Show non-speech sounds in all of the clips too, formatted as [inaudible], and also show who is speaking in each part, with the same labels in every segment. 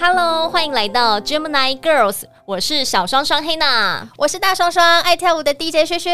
Speaker 1: Hello，欢迎来到 Gemini Girls，我是小双双黑娜，
Speaker 2: 我是大双双，爱跳舞的 DJ 轩轩，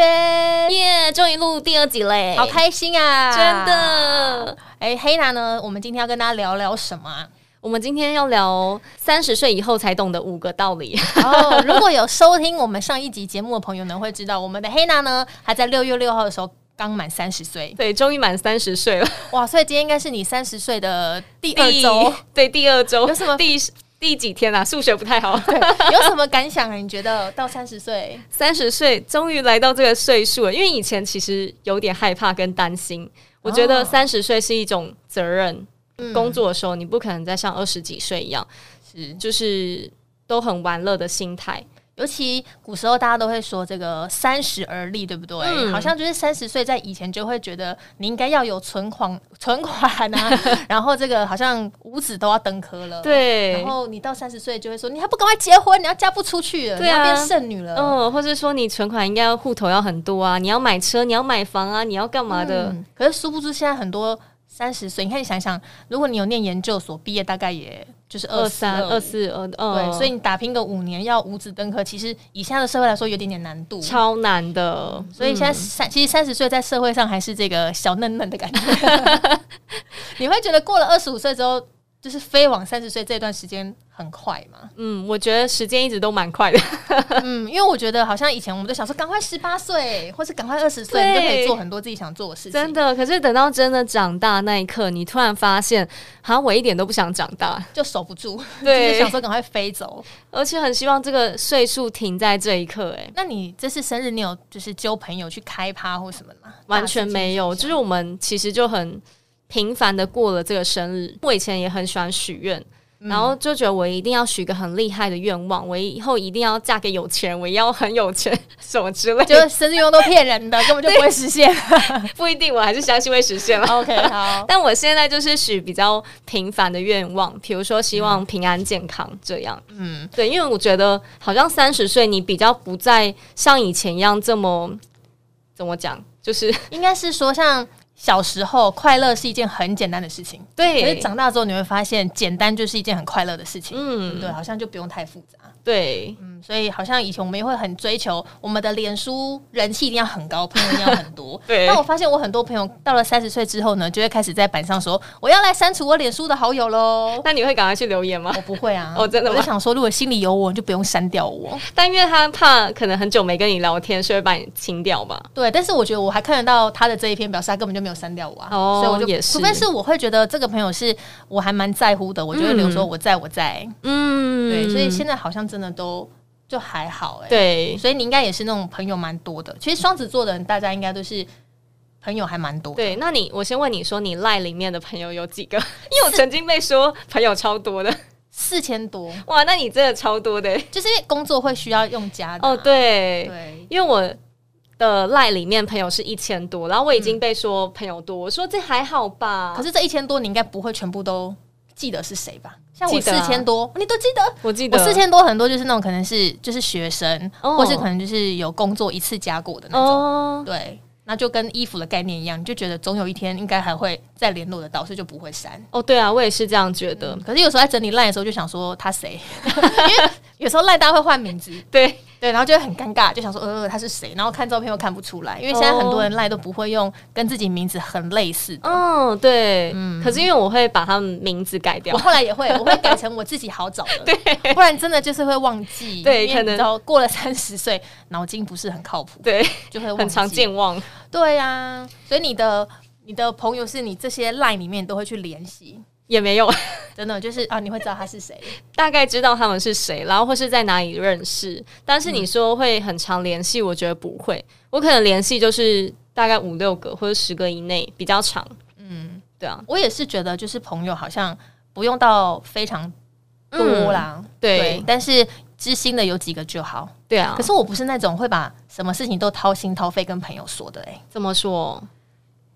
Speaker 1: 耶、终于录第二集嘞，
Speaker 2: 好开心啊！
Speaker 1: 真。的。
Speaker 2: 哎，黑娜呢？我们今天要跟大家聊聊什么啊？
Speaker 1: 我们今天要聊三十岁以后才懂的五个道
Speaker 2: [laughs]
Speaker 1: 理，
Speaker 2: 哦，如果有收听我们上一集节目的朋友呢，会知道我们的黑娜呢，还在六月六号的时候刚满三十岁，
Speaker 1: 对，终于满三十岁了，
Speaker 2: 哇！所以今天应该是你三十岁的第二周，
Speaker 1: [laughs] 对，第二周
Speaker 2: 有什么
Speaker 1: 第第几天啊？数学不太好。
Speaker 2: [laughs] 对，有什么感想啊？你觉得到三十岁，
Speaker 1: 三十岁终于来到这个岁数了，因为以前其实有点害怕跟担心。我觉得
Speaker 2: 哦
Speaker 1: 三十岁是一种责任，
Speaker 2: 嗯
Speaker 1: 工作的时候你不可能再像二十几岁一样，
Speaker 2: 是，哦
Speaker 1: 就是都很玩乐的心态。
Speaker 2: 尤其古时候大家都会说这个三十而立，对不对？
Speaker 1: 嗯
Speaker 2: 好像就是三十岁在以前就会觉得你应该要有存款、 [laughs] 存
Speaker 1: [laughs]
Speaker 2: 款啊，然后这个好像五子都要登科了，。
Speaker 1: 对
Speaker 2: 然，后你到三十岁就会说你还不赶快结婚，你要嫁不出去了，
Speaker 1: 对啊
Speaker 2: 你要变剩女了。
Speaker 1: 嗯，或者说你存款应该要户头要很多啊，你要买车，你要买房啊，你要干嘛的？
Speaker 2: 嗯可是殊不知现在很多三十岁，你看你想想，如果你有念研究所毕业，大概也就是
Speaker 1: 二
Speaker 2: 二
Speaker 1: 三、二。四、二
Speaker 2: 对，
Speaker 1: 嗯，
Speaker 2: 所以你打拼个五年要五子登科，其实以现在的社会来说有点点难度。
Speaker 1: 超难的。
Speaker 2: 所以现在
Speaker 1: 嗯
Speaker 2: 三，其实三十岁在社会上还是这个小嫩嫩的感觉。 [laughs] 你会觉得过了二十五岁之后，就是飞往三十岁这段时间很快嘛？
Speaker 1: 嗯，我觉得时间一直都蛮快的。
Speaker 2: 嗯，因为我觉得好像以前我们都想说，赶快十八岁，或是赶快二十岁，
Speaker 1: 对
Speaker 2: 你就可以做很多自己想做的事情。
Speaker 1: 真，的，可是等到真的长大那一刻，你突然发现，好像我一点都不想长大，
Speaker 2: 就守不住，
Speaker 1: 对
Speaker 2: 就是想说赶快飞走。
Speaker 1: 而且很希望这个岁数停在这一刻、哎，
Speaker 2: 那你这次生日，你有就是揪朋友去开趴或什么的吗？
Speaker 1: 完全没有，
Speaker 2: 大事
Speaker 1: 就
Speaker 2: 情
Speaker 1: 是我们其实就很平凡的过了这个生日。我以前也很喜欢许愿。
Speaker 2: 嗯
Speaker 1: 然后就觉得我一定要许个很厉害的愿望，我以后一定要嫁给有钱人，我也要很有钱， [laughs] 什么之类
Speaker 2: 就
Speaker 1: 的。
Speaker 2: 是生日愿望都骗人的，根本就不会实现。
Speaker 1: [laughs] 不一定，我还是相信会实现了。
Speaker 2: OK，好，
Speaker 1: 但我现在就是许比较平凡的愿望，比如说希望平安健康这样。
Speaker 2: 嗯，
Speaker 1: 对，因为我觉得好像三十岁你比较不再像以前一样这么怎么讲，就是
Speaker 2: [laughs] 应该是说像。小时候快乐是一件很简单的事情，可是
Speaker 1: 对
Speaker 2: 长大之后你会发现，简单就是一件很快乐的事情。
Speaker 1: 嗯
Speaker 2: 对，好像就不用太复杂。
Speaker 1: 对。
Speaker 2: 嗯，所以好像以前我们也会很追求我们的脸书人气一定要很高，朋友一定要很多
Speaker 1: [laughs] 对
Speaker 2: 但我发现我很多朋友到了三十岁之后呢，就会开始在板上说我要来删除我脸书的好友喽。
Speaker 1: [laughs] 那你会赶快去留言吗，
Speaker 2: 我？不会啊
Speaker 1: 哦真的吗
Speaker 2: 我就想说，如果心里有我，你就不用删掉我。
Speaker 1: 但因为他怕可能很久没跟你聊天，所以把你清掉吧。
Speaker 2: 对，但是我觉得我还看得到他的这一篇，表示他根本就没有删掉我啊。
Speaker 1: 哦
Speaker 2: 所以我就
Speaker 1: 也是
Speaker 2: 除非是我会觉得这个朋友是我还蛮在乎的，我就会留说我在我在。
Speaker 1: 嗯
Speaker 2: 对，所以现在好像真的都就还好哎、
Speaker 1: 对
Speaker 2: 所以你应该也是那种朋友蛮多的。其实双子座的人，大家应该都是朋友还蛮多的。
Speaker 1: 对，那你我先问你说，你赖里面的朋友有几个？ [laughs] 因为我曾经被说朋友超多的， [laughs]
Speaker 2: 四千多，
Speaker 1: 哇，那你真的超多的欸、
Speaker 2: 就是因为工作会需要用家的啊、
Speaker 1: 哦，对，
Speaker 2: 对，
Speaker 1: 因为我的赖里面朋友是一千多，然后我已经被说朋友多，我说这还好吧。
Speaker 2: 可
Speaker 1: 是
Speaker 2: 是这一千多，你应该不会全部都记得是谁吧？像
Speaker 1: 记
Speaker 2: 我
Speaker 1: 得
Speaker 2: 四
Speaker 1: 啊
Speaker 2: 千多，你都记得。
Speaker 1: 我记得
Speaker 2: 我四千多很多就是那种可能是就是学生，
Speaker 1: 哦
Speaker 2: 或是可能就是有工作一次加过的那种。
Speaker 1: 哦，
Speaker 2: 对，那就跟衣服的概念一样，你就觉得总有一天应该还会再联络得到，所以就不会删。
Speaker 1: 哦，对啊，我也是这样觉得。
Speaker 2: 嗯可是有时候在整理烂的时候，就想说他谁， [laughs] 因为有时候烂大家会换名字，
Speaker 1: 对，
Speaker 2: [laughs] 对，然后就会很尴尬，就想说呃他是谁，然后看照片又看不出来，因为现在很多人赖都不会用跟自己名字很类似的。
Speaker 1: 嗯，对，可是因为我会把他们名字改
Speaker 2: [laughs]
Speaker 1: 掉
Speaker 2: 我。后来也会，我会改成我自己好找的，对，不然真的就是会忘记。
Speaker 1: 对
Speaker 2: 因为
Speaker 1: 可
Speaker 2: 你
Speaker 1: 能
Speaker 2: 知道过了三十岁，脑筋不是很靠谱，
Speaker 1: 对，
Speaker 2: 就会忘
Speaker 1: 很常
Speaker 2: 记。
Speaker 1: 健忘。
Speaker 2: 对呀、所以你的你的朋友是你这些赖里面都会去联系，
Speaker 1: 也没有， [laughs]
Speaker 2: 真的就是啊，你会知道他是谁。
Speaker 1: 大概知道他们是谁，然后或是在哪里认识。但是你说会很常联系，我觉得不会。我可能联系就是大概五六个或者十个以内，比较长。嗯，对啊，
Speaker 2: 我也是觉得，就是朋友好像不用到非常多啦，
Speaker 1: 嗯对
Speaker 2: 但是知心的有几个就好。
Speaker 1: 对啊
Speaker 2: 可。是我不是那种会把什么事情都掏心掏肺跟朋友说的、欸，
Speaker 1: 怎么说？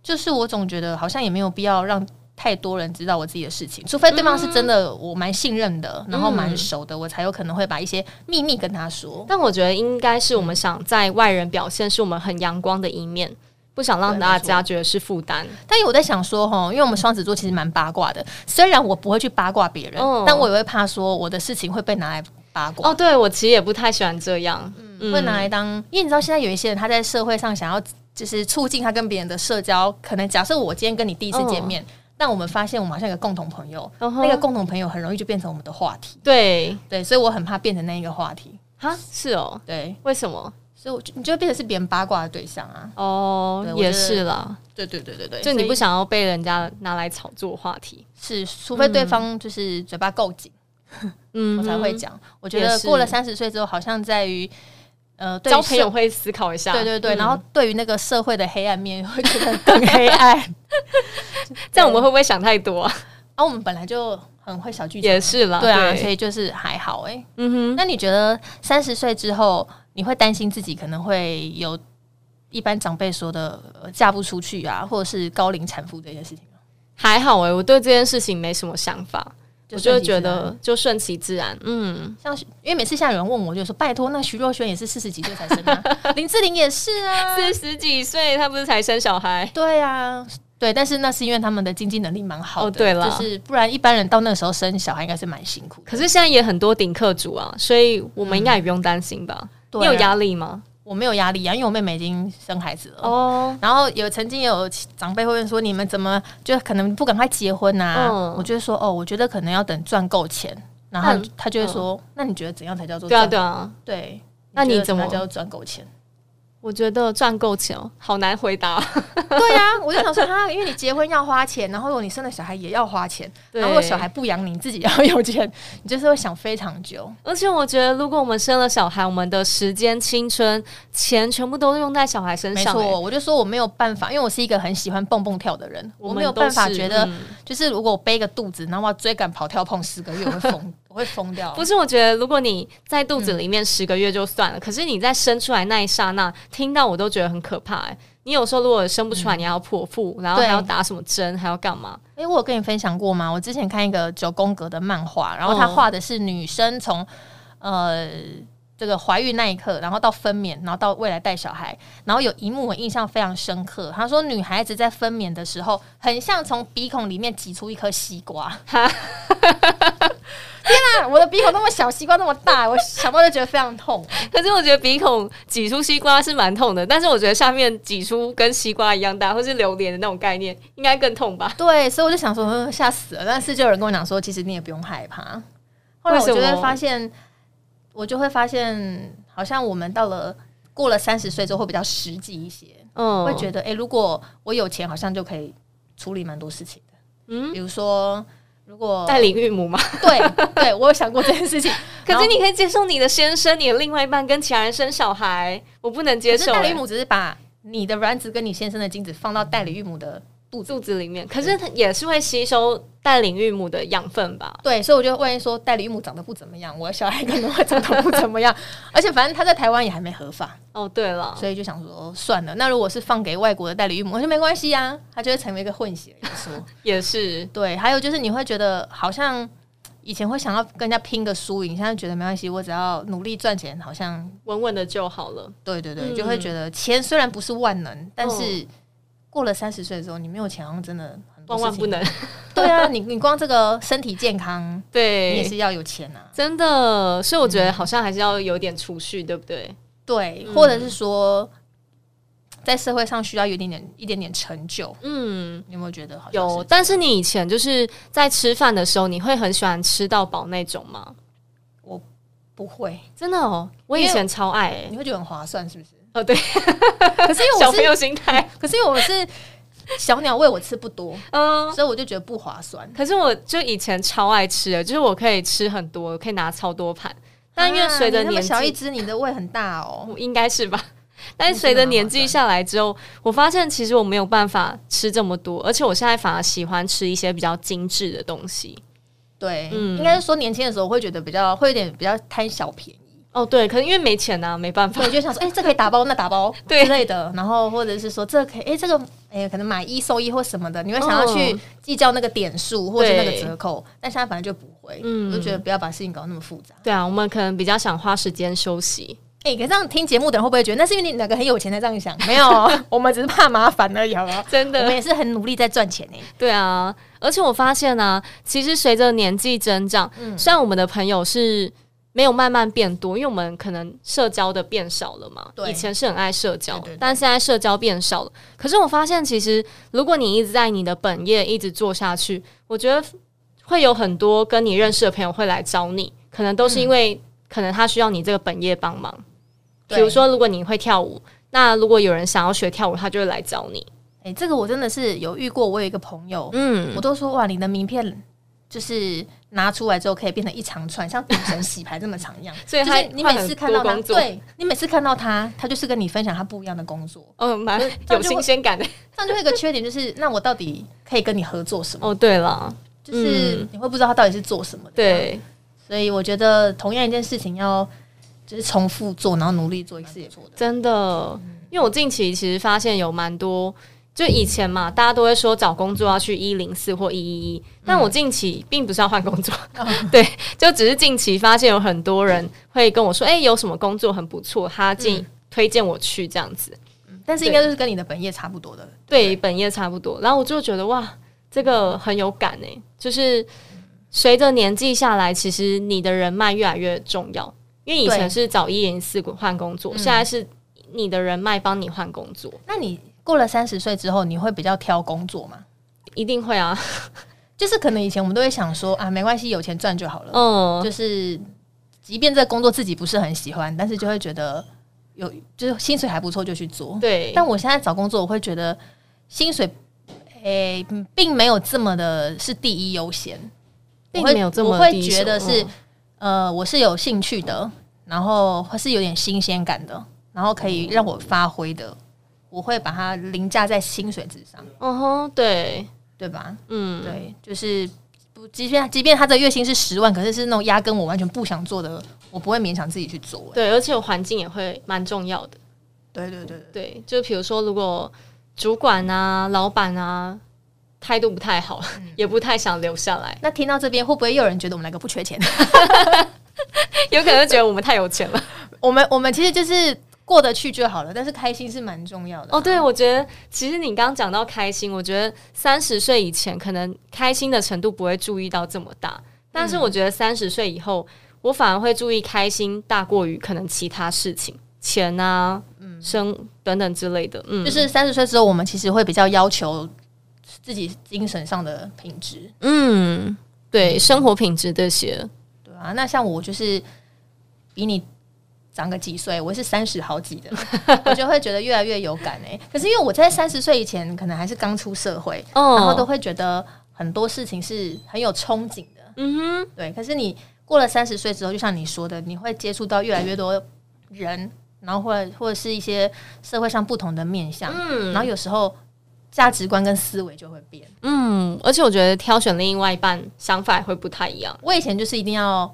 Speaker 2: 就是我总觉得好像也没有必要让太多人知道我自己的事情，除非对方是真的
Speaker 1: 嗯
Speaker 2: 我蛮信任的，然后蛮熟的，我才有可能会把一些秘密跟他说。嗯
Speaker 1: 但我觉得应该是我们想在外人表现是我们很阳光的一面，不想让
Speaker 2: 对
Speaker 1: 大
Speaker 2: 没错
Speaker 1: 家觉得是负担。
Speaker 2: 但我在想说，哈，因为我们双子座其实蛮八卦的，虽然我不会去八卦别人，
Speaker 1: 嗯
Speaker 2: 但我也会怕说我的事情会被拿来八卦。
Speaker 1: 哦，对我其实也不太喜欢这样，嗯
Speaker 2: 会拿来当，因为你知道现在有一些人他在社会上想要就是促进他跟别人的社交，可能假设我今天跟你第一次见面，但我们发现我们好像有个共同朋友，
Speaker 1: 哦嗯哼
Speaker 2: 那个共同朋友很容易就变成我们的话题，
Speaker 1: 对
Speaker 2: 对，所以我很怕变成那一个话题，
Speaker 1: 哈是哦，
Speaker 2: 对，
Speaker 1: 为什么？
Speaker 2: 所以我就你就会变成是别人八卦的对象啊，
Speaker 1: 哦
Speaker 2: 对，我
Speaker 1: 也
Speaker 2: 觉得
Speaker 1: 是啦，
Speaker 2: 对对对对对，
Speaker 1: 就你
Speaker 2: 所
Speaker 1: 不
Speaker 2: 以
Speaker 1: 想要被人家拿来炒作话题，
Speaker 2: 是，除非对方就是嘴巴够紧，
Speaker 1: 嗯
Speaker 2: 我才会
Speaker 1: 哼
Speaker 2: 讲。我觉
Speaker 1: 也
Speaker 2: 得
Speaker 1: 是
Speaker 2: 过了三十岁之后，好像在于呃，对于
Speaker 1: 交朋友
Speaker 2: 社，
Speaker 1: 会思考一下，
Speaker 2: 对对对，
Speaker 1: 嗯
Speaker 2: 然后对于那个社会的黑暗面会觉得更
Speaker 1: [laughs]
Speaker 2: 黑暗。
Speaker 1: 这样我们会不会想太多啊？
Speaker 2: 啊，我们本来就很会小剧场啊，
Speaker 1: 也是啦，
Speaker 2: 对啊，所以就是还好哎、
Speaker 1: 嗯哼，
Speaker 2: 那你觉得三十岁之后，你会担心自己可能会有一般长辈说的、呃嫁不出去啊，或者是高龄产妇这件事情吗？
Speaker 1: 还好哎、我对这件事情没什么想法，我就
Speaker 2: 顺其
Speaker 1: 觉
Speaker 2: 自然
Speaker 1: 得就顺其自然，嗯，
Speaker 2: 像是，因为每次现在有人问我，就说拜托，那徐若瑄也是四十几岁才生
Speaker 1: [laughs]
Speaker 2: 啊，林志玲也是啊，
Speaker 1: 四十几岁他不是才生小孩，
Speaker 2: 对啊。对，但是那是因为他们的经济能力蛮好的，
Speaker 1: 哦对啦
Speaker 2: 就是不然一般人到那个时候生小孩应该是蛮辛苦的。
Speaker 1: 可是现在也很多顶客主啊，所以我们应该也不用担心吧？
Speaker 2: 对
Speaker 1: 你有
Speaker 2: 啊
Speaker 1: 压力吗？
Speaker 2: 我没有压力啊，因为我妹妹已经生孩子了，
Speaker 1: 哦，
Speaker 2: 然后有曾经有长辈会问说，你们怎么就可能不赶快结婚呐、
Speaker 1: 嗯
Speaker 2: 我就会说哦，我觉得可能要等赚够钱。然后
Speaker 1: 嗯
Speaker 2: 他就会说，那你觉得怎样才叫做
Speaker 1: 对啊，
Speaker 2: 赚？
Speaker 1: 对啊，
Speaker 2: 对
Speaker 1: 那你
Speaker 2: 觉得
Speaker 1: 怎么
Speaker 2: 样叫做赚够钱？ [laughs]
Speaker 1: 我觉得赚够钱哦好难回答。
Speaker 2: 对啊，我就想说啊，因为你结婚要花钱，然后如果你生了小孩也要花钱，
Speaker 1: 对
Speaker 2: 然后如果小孩不养你，你自己要有钱， [laughs] 你就是会想非常久。
Speaker 1: 而且我觉得，如果我们生了小孩，我们的时间、青春、钱全部都用在小孩身
Speaker 2: 没
Speaker 1: 上、
Speaker 2: 错，
Speaker 1: 欸。
Speaker 2: 我就说我没有办法，因为我是一个很喜欢蹦蹦跳的人，我
Speaker 1: 们
Speaker 2: 没有办法
Speaker 1: 都是
Speaker 2: 觉得，
Speaker 1: 嗯
Speaker 2: 就是如果我背个肚子，然后我要追赶跑跳碰十个月，我会疯， [laughs] 我会疯掉。
Speaker 1: 不是，我觉得如果你在肚子里面十个月就算了，可是你在生出来那一刹那，听到我都觉得很可怕、欸。你有时候如果生不出来，你还要剖腹，然后还
Speaker 2: 对
Speaker 1: 要打什么针，还要干嘛？
Speaker 2: 哎、我有跟你分享过吗？我之前看一个九宫格的漫画，然后他画的是女生从、呃这个怀孕那一刻，然后到分娩，然后到未来带小孩，然后有一幕我印象非常深刻。他说女孩子在分娩的时候，很像从鼻孔里面挤出一颗西瓜。天啊，我的鼻孔那么小，西瓜那么大，我想到就觉得非常痛。
Speaker 1: 可是我觉得鼻孔挤出西瓜是蛮痛的，但是我觉得下面挤出跟西瓜一样大，或是榴莲的那种概念，应该更痛吧？
Speaker 2: 对，所以我就想说，嗯吓死了。但是就有人跟我讲说，其实你也不用害怕。后来
Speaker 1: 为
Speaker 2: 我
Speaker 1: 什
Speaker 2: 就
Speaker 1: 么
Speaker 2: 会发现，我就会发现，好像我们到了过了三十岁之后会比较实际一些，
Speaker 1: 嗯，
Speaker 2: 会觉得，诶，如果我有钱，好像就可以处理蛮多事情的。
Speaker 1: 嗯
Speaker 2: 嗯，比如说，如果
Speaker 1: 代理孕母嘛。。
Speaker 2: [laughs] 对对，我有想过这件事情
Speaker 1: [laughs] 可
Speaker 2: 然后
Speaker 1: 是你可以接受你的先生、你的另外一半跟其他人生小孩，我不能接
Speaker 2: 可是
Speaker 1: 受、
Speaker 2: 代理
Speaker 1: 欸
Speaker 2: 孕母只是把你的卵子跟你先生的精子放到代理孕母的肚子。
Speaker 1: 肚子里面，可是它也是会吸收带领孕母的养分吧？
Speaker 2: 对，所以我就万一说代理孕母长得不怎么样，我的小孩可能会长得不怎
Speaker 1: [laughs]
Speaker 2: 么样，而且反正他在台湾也还没合法，
Speaker 1: 哦，对了，
Speaker 2: 所以就想说哦算了。那如果是放给外国的代理孕母，我说没关系啊，他就会成为一个混血来
Speaker 1: [laughs]
Speaker 2: 说。
Speaker 1: 也是，
Speaker 2: 对，还有就是你会觉得好像以前会想要跟人家拼个输赢，现在觉得没关系，我只要努力赚钱，好像
Speaker 1: 稳稳的就好了。
Speaker 2: 对对对，
Speaker 1: 嗯
Speaker 2: 就会觉得钱虽然不是万能，但
Speaker 1: 哦
Speaker 2: 是过了三十岁之后，你没有钱好像真的很多
Speaker 1: 万万
Speaker 2: 事
Speaker 1: 不
Speaker 2: 情。
Speaker 1: 能，
Speaker 2: 对啊，你你光这个身体健康，你也
Speaker 1: 对，
Speaker 2: 是要有钱啊。
Speaker 1: 真的，所以我觉得好像还是要有点储蓄，对不对？
Speaker 2: 对，
Speaker 1: 嗯
Speaker 2: 或者是说，在社会上需要有一点点一点点成就，
Speaker 1: 嗯，
Speaker 2: 你有没有觉得好像
Speaker 1: 有。
Speaker 2: 是
Speaker 1: 但是你以前就是在吃饭的时候，你会很喜欢吃到饱那种吗？
Speaker 2: 不会？
Speaker 1: 真的哦，我以
Speaker 2: 因为
Speaker 1: 前超爱、欸，
Speaker 2: 你会觉得很划算，是不是？
Speaker 1: 哦 [laughs] 对，
Speaker 2: 可是因
Speaker 1: [laughs]
Speaker 2: 为
Speaker 1: 小
Speaker 2: 我
Speaker 1: 朋
Speaker 2: 是，
Speaker 1: 友心态，
Speaker 2: 可是因为我是小鸟胃，我吃不 [laughs] 多，
Speaker 1: 嗯。
Speaker 2: 所以我就觉得不划算。
Speaker 1: 可是我就以前超爱吃的，就是我可以吃很多，可以拿超多盘。但因为随着
Speaker 2: 啊你那么
Speaker 1: 年纪，
Speaker 2: 小一只，你的胃很大哦。
Speaker 1: 我应该是 [laughs] 吧。但是随着年纪下来之后，我发现其实我没有办法吃这么多，而且我现在反而喜欢吃一些比较精致的东西。
Speaker 2: 对，
Speaker 1: 嗯
Speaker 2: 应该是说年轻的时候会觉得比较会有点比较贪小便宜，
Speaker 1: 哦，对，可是因为没钱啊，没办
Speaker 2: 所
Speaker 1: 法
Speaker 2: 以。我就想说，哎、这可以打包，那打包
Speaker 1: 对
Speaker 2: 之类的，然后或者是说这可以，哎、这个哎、可能买一送一或什么的，你会想要去
Speaker 1: 嗯
Speaker 2: 计较那个点数或者那个
Speaker 1: 对
Speaker 2: 折扣，但现在反正就不会，
Speaker 1: 嗯
Speaker 2: 我就觉得不要把事情搞得那么复杂。
Speaker 1: 对啊，我们可能比较想花时间休息。
Speaker 2: 哎、可是这样听节目的人会不会觉得那是因为你哪个很有钱才这样想？没有， [laughs] 我们只是怕麻烦而已，好不好？
Speaker 1: 真
Speaker 2: 我们
Speaker 1: 的，
Speaker 2: 也是很努力在赚钱欸呢、
Speaker 1: 对啊。而且我发现啊，其实随着年纪增长，
Speaker 2: 嗯
Speaker 1: 虽然我们的朋友是没有慢慢变多，因为我们可能社交的变少了嘛。
Speaker 2: 对
Speaker 1: 以前是很爱社交，
Speaker 2: 对对对
Speaker 1: 但现在社交变少了。可是我发现，其实如果你一直在你的本业一直做下去，我觉得会有很多跟你认识的朋友会来找你，可能都是因为、可能他需要你这个本业帮忙。比
Speaker 2: 嗯对
Speaker 1: 如说，如果你会跳舞，那如果有人想要学跳舞，他就会来找你。
Speaker 2: 哎、这个我真的是有遇过，我有一个朋友，
Speaker 1: 嗯
Speaker 2: 我，都说哇，你的名片就是拿出来之后可以变成一长串，像赌神洗牌这么长一样。
Speaker 1: [laughs] 所以
Speaker 2: 就
Speaker 1: 他
Speaker 2: 是你每次看到
Speaker 1: 换
Speaker 2: 他，
Speaker 1: 很多工作，
Speaker 2: 对你每次看到他，他就是跟你分享他不一样的工作，
Speaker 1: 嗯，蛮
Speaker 2: 这样
Speaker 1: 有
Speaker 2: 呃就会
Speaker 1: 新鲜感的。
Speaker 2: 这样就会有一个缺点，就是那我到底可以跟你合作什么？
Speaker 1: 哦，对了，
Speaker 2: 就是你会不知道他到底是做什么的。，
Speaker 1: 对，
Speaker 2: 所以我觉得同样一件事情要就是重复做，然后努力做一次也错的。
Speaker 1: 真的，因为我近期其实发现有蛮多，就以前嘛，大家都会说找工作要去一零四或一一一，但我近期并不是要换工作， [laughs] 对，就只是近期发现有很多人会跟我说，哎、有什么工作很不错，他进、推荐我去这样子，
Speaker 2: 但是应该就是跟你的本业差不多的。
Speaker 1: 对本业差不多。然后我就觉得哇，这个很有感哎、就是随着年纪下来，其实你的人脉越来越重要。因为以前
Speaker 2: 对
Speaker 1: 是找一零四换工作，现在是你的人脉帮你换工作，
Speaker 2: 那你过了三十岁之后，你会比较挑工作吗？
Speaker 1: 一定会啊。
Speaker 2: 就是可能以前我们都会想说啊，没关系，有钱赚就好了。
Speaker 1: 嗯，
Speaker 2: 就是即便这工作自己不是很喜欢，但是就会觉得有就是薪水还不错就去做。
Speaker 1: 对，
Speaker 2: 但我现在找工作，我会觉得薪水诶、嗯并没有这么的是第一优先，
Speaker 1: 并没有这么
Speaker 2: 我会
Speaker 1: 低
Speaker 2: 觉得
Speaker 1: 收
Speaker 2: 是、呃，我是有兴趣的，然后会是有点新鲜感的，然后可以让我发挥的，我会把它凌驾在薪水之上，
Speaker 1: 嗯哼，对，
Speaker 2: 对吧？
Speaker 1: 嗯，
Speaker 2: 对，就是不，即便即便他的月薪是十万，可是是那种压根我完全不想做的，我不会勉强自己去做、欸
Speaker 1: 对，而且环境也会蛮重要的。
Speaker 2: 对对对对
Speaker 1: 对，就比如说，如果主管啊、老板啊态度不太好，
Speaker 2: 嗯
Speaker 1: 也不太想留下来，
Speaker 2: 那听到这边，会不会又有人觉得我们两个不缺钱？ [laughs]
Speaker 1: 有可能觉得我们太有钱了。
Speaker 2: 我们我们其实就是过得去就好了，但是开心是蛮重要的。
Speaker 1: 哦，对，我觉得其实你刚刚讲到开心，我觉得三十岁以前可能开心的程度不会注意到这么大，但
Speaker 2: 嗯
Speaker 1: 是我觉得三十岁以后，我反而会注意开心大过于可能其他事情，钱啊，嗯，生等等之类的，嗯，
Speaker 2: 就是三十岁之后，我们其实会比较要求自己精神上的品质，
Speaker 1: 嗯，对，生活品质这些，
Speaker 2: 对啊，那像我就是比你长个几岁，我是三十好几的，我就会觉得越来越有感哎、可是因为我在三十岁以前，可能还是刚出社会，
Speaker 1: 哦，
Speaker 2: 然后都会觉得很多事情是很有憧憬的，
Speaker 1: 嗯哼，
Speaker 2: 对。可是你过了三十岁之后，就像你说的，你会接触到越来越多人，然后或者或者是一些社会上不同的面向，
Speaker 1: 嗯
Speaker 2: 然后有时候价值观跟思维就会变。
Speaker 1: 嗯，而且我觉得挑选另外一半想法也会不太一样，
Speaker 2: 我以前就是一定要，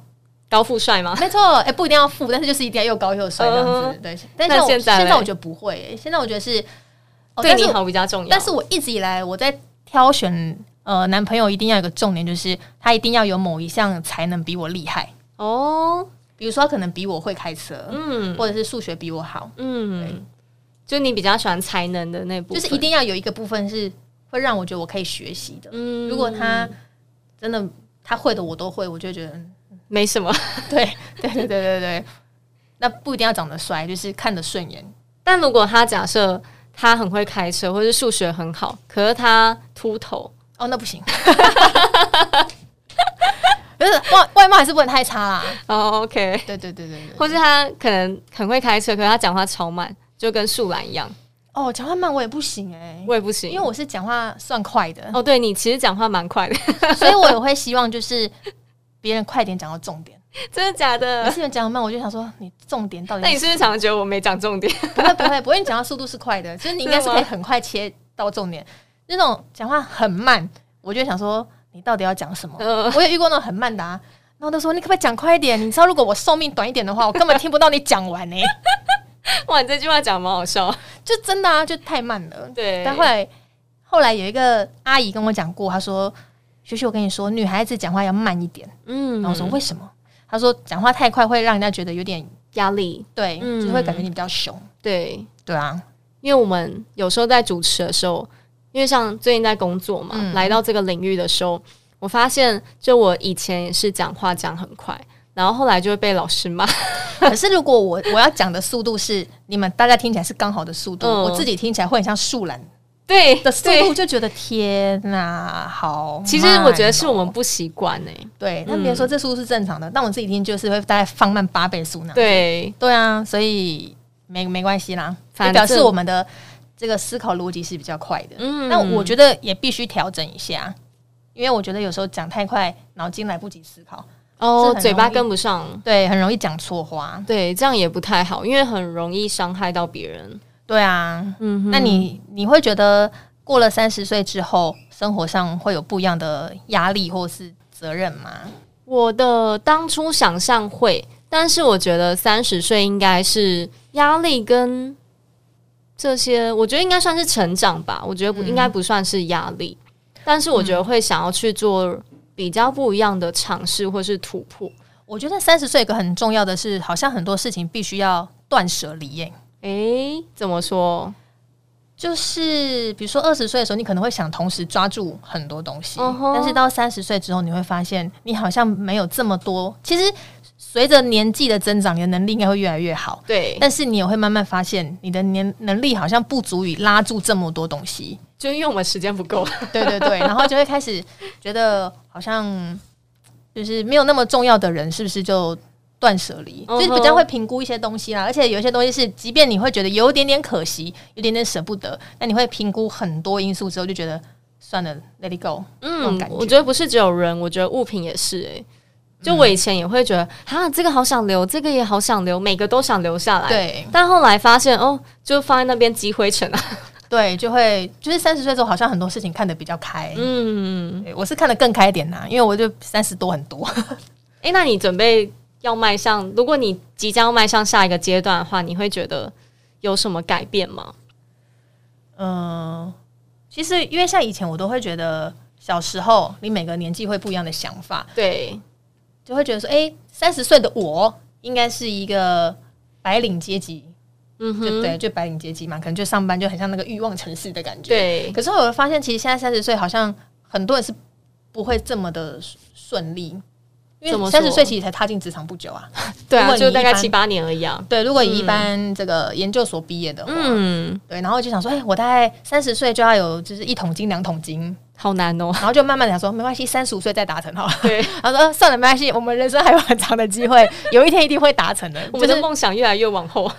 Speaker 1: 高富帅吗？
Speaker 2: 没错，哎、不一定要富，但是就是一定要又高又帅这样子。
Speaker 1: 嗯
Speaker 2: 对，但是我
Speaker 1: 现
Speaker 2: 现
Speaker 1: 在嘞
Speaker 2: 在我觉得不会、哎现在我觉得是，哦
Speaker 1: 对
Speaker 2: 但是
Speaker 1: 你好比较重要，
Speaker 2: 但是我一直以来我在挑选呃男朋友，一定要有个重点，就是他一定要有某一项才能比我厉害，
Speaker 1: 哦，
Speaker 2: 比如说他可能比我会开车，
Speaker 1: 嗯
Speaker 2: 或者是数学比我好，
Speaker 1: 嗯，就你比较喜欢才能的那部
Speaker 2: 就
Speaker 1: 分，
Speaker 2: 是一定要有一个部分是会让我觉得我可以学习的。
Speaker 1: 嗯
Speaker 2: 如果他真的他会的我都会，我就会觉得嗯 [laughs]
Speaker 1: 没什么，
Speaker 2: 对对对对对对。那不一定要长得帅，就是看得顺眼。
Speaker 1: 但如果他假设他很会开车，或是数学很好，可是他秃头，
Speaker 2: 哦，那
Speaker 1: [laughs]
Speaker 2: 不行。可是外外貌还是不能太差啦。
Speaker 1: 哦，OK，
Speaker 2: 对对对对对。
Speaker 1: 或是他可能很会开车，可是他讲话超慢，就跟树懒一样，
Speaker 2: 哦，讲话慢我也不行哎、
Speaker 1: 我也不行，
Speaker 2: 因为我是讲话算快的，
Speaker 1: 哦，对你其实讲话蛮快的， [laughs]
Speaker 2: 哦所以我也会希望就是别人快点讲到重点。
Speaker 1: 真的假
Speaker 2: 每
Speaker 1: 的？
Speaker 2: [laughs] 次你讲得慢，我就想说你重点到底
Speaker 1: 那你
Speaker 2: 是
Speaker 1: 是不是常常觉得我没讲重点？ [laughs]
Speaker 2: 不会不会不会，你讲话速度是快 [laughs] 的，就是你应该是
Speaker 1: 真的吗
Speaker 2: 可以很快切到重点。那种讲话很慢，我就会想说你到底要讲什么？
Speaker 1: 嗯
Speaker 2: 我也遇过那种很慢的、啊，然后都说你可不可以讲快一点？你知道如果我寿命短一点的话，我根本听不到你讲完 [laughs] 呢、
Speaker 1: 哇，你这句话讲得蛮好笑，
Speaker 2: 就真的啊，就太慢了。
Speaker 1: 对，
Speaker 2: 但后来后来有一个阿姨跟我讲过，她说：“学学，我跟你说，女孩子讲话要慢一点。”
Speaker 1: 嗯
Speaker 2: 然后我说：“为什么？”她说：“讲话太快会让人家觉得有点
Speaker 1: 压力。
Speaker 2: 对，
Speaker 1: 嗯
Speaker 2: 就会感觉你比较凶。
Speaker 1: 对，
Speaker 2: 对啊，
Speaker 1: 因为我们有时候在主持的时候，因为像最近在工作嘛，
Speaker 2: 嗯
Speaker 1: 来到这个领域的时候，我发现就我以前也是讲话讲很快，然后后来就会被老师
Speaker 2: [laughs]
Speaker 1: 骂。
Speaker 2: [laughs] 可是如果我我要讲的速度是你们大家听起来是刚好的速度，
Speaker 1: 嗯
Speaker 2: 我自己听起来会很像树懒
Speaker 1: 对
Speaker 2: 的速
Speaker 1: 对
Speaker 2: 度，就觉得天哪，好慢哦。
Speaker 1: 其实我觉得是我们不习惯哎。
Speaker 2: 对，
Speaker 1: 嗯
Speaker 2: 那别人说这速度是正常的，但我自己听就是会大概放慢八倍速那样。
Speaker 1: 对，
Speaker 2: 对啊，所以没没关系啦，
Speaker 1: 反
Speaker 2: 也
Speaker 1: 正
Speaker 2: 表示我们的这个思考逻辑是比较快的。
Speaker 1: 嗯
Speaker 2: 那我觉得也必须调整一下，因为我觉得有时候讲太快，脑筋来不及思考，是很
Speaker 1: 哦
Speaker 2: 容，易
Speaker 1: 嘴巴跟不上，
Speaker 2: 对，很容易讲错话。
Speaker 1: 对，这样也不太好，因为很容易伤害到别人。
Speaker 2: 对啊，
Speaker 1: 嗯哼
Speaker 2: 那你你会觉得过了三十岁之后，生活上会有不一样的压力或是责任吗？
Speaker 1: 我的当初想象会，但是我觉得三十岁应该是压力跟这些，我觉得应该算是成长吧。我觉得不、应该不算是压力，但是我觉得会想要去做比较不一样的尝试或是突破。
Speaker 2: 我觉得三十岁有一个很重要的是，好像很多事情必须要断舍离耶。
Speaker 1: 诶、怎么说？
Speaker 2: 就是比如说二十岁的时候，你可能会想同时抓住很多东西
Speaker 1: 嗯哼
Speaker 2: 但是到三十岁之后，你会发现你好像没有这么多。其实随着年纪的增长，你的能力应该会越来越好，
Speaker 1: 对，
Speaker 2: 但是你也会慢慢发现你的年能力好像不足以拉住这么多东西。
Speaker 1: 就因为我们时间不够。
Speaker 2: 对对对，然后就会开始觉得好像就是没有那么重要的人，是不是就断舍离？
Speaker 1: 嗯
Speaker 2: 所
Speaker 1: 哼
Speaker 2: 以比较会评估一些东西啦，而且有一些东西是，即便你会觉得有点点可惜，有点点舍不得，那你会评估很多因素之后，就觉得算了，let it go。那种
Speaker 1: 嗯
Speaker 2: 感，觉
Speaker 1: 我觉得不是只有人，我觉得物品也是诶、就我以前也会觉得，哈、这个好想留，这个也好想留，每个都想留下来。
Speaker 2: 对
Speaker 1: 但后来发现哦，就放在那边积灰尘啊。 [laughs]
Speaker 2: 对，就会就是三十岁之后，好像很多事情看得比较开。
Speaker 1: 嗯，
Speaker 2: 对我是看得更开一点啦、因为我就三十多很多。 [laughs]
Speaker 1: 诶，那你准备要迈向，如果你即将要迈向下一个阶段的话，你会觉得有什么改变吗？
Speaker 2: 嗯，其实因为像以前我都会觉得，小时候你每个年纪会不一样的想法，
Speaker 1: 对，
Speaker 2: 就会觉得说，哎、3三十岁的我应该是一个白领阶级，
Speaker 1: 嗯
Speaker 2: 就
Speaker 1: 哼，
Speaker 2: 对，就白领阶级嘛，可能就上班就很像那个欲望城市的感觉。
Speaker 1: 对，
Speaker 2: 可是我发现，其实现在三十岁好像很多人是不会这么的顺利，因
Speaker 1: 怎
Speaker 2: 为
Speaker 1: 么
Speaker 2: 三十
Speaker 1: 说
Speaker 2: 岁其实才踏进职场不久啊。
Speaker 1: [laughs] 对
Speaker 2: 如
Speaker 1: 啊，
Speaker 2: 果
Speaker 1: 就
Speaker 2: 你
Speaker 1: 大
Speaker 2: 一
Speaker 1: 概
Speaker 2: 般
Speaker 1: 七八年而已啊。
Speaker 2: 对，如果以一般这个研究所毕业的话，
Speaker 1: 嗯，
Speaker 2: 对，然后就想说，哎、我大概三十岁就要有就是一桶金、两桶金，
Speaker 1: 好难哦。
Speaker 2: 然后就慢慢地想说，没关系，三十五岁再达成好了。
Speaker 1: [laughs] 对，
Speaker 2: 然后说、呃算了，没关系，我们人生还有很长的机
Speaker 1: [laughs]
Speaker 2: 会，有一天一定会达成的。
Speaker 1: 我们
Speaker 2: 就
Speaker 1: 的
Speaker 2: 是
Speaker 1: 梦想越来越往后。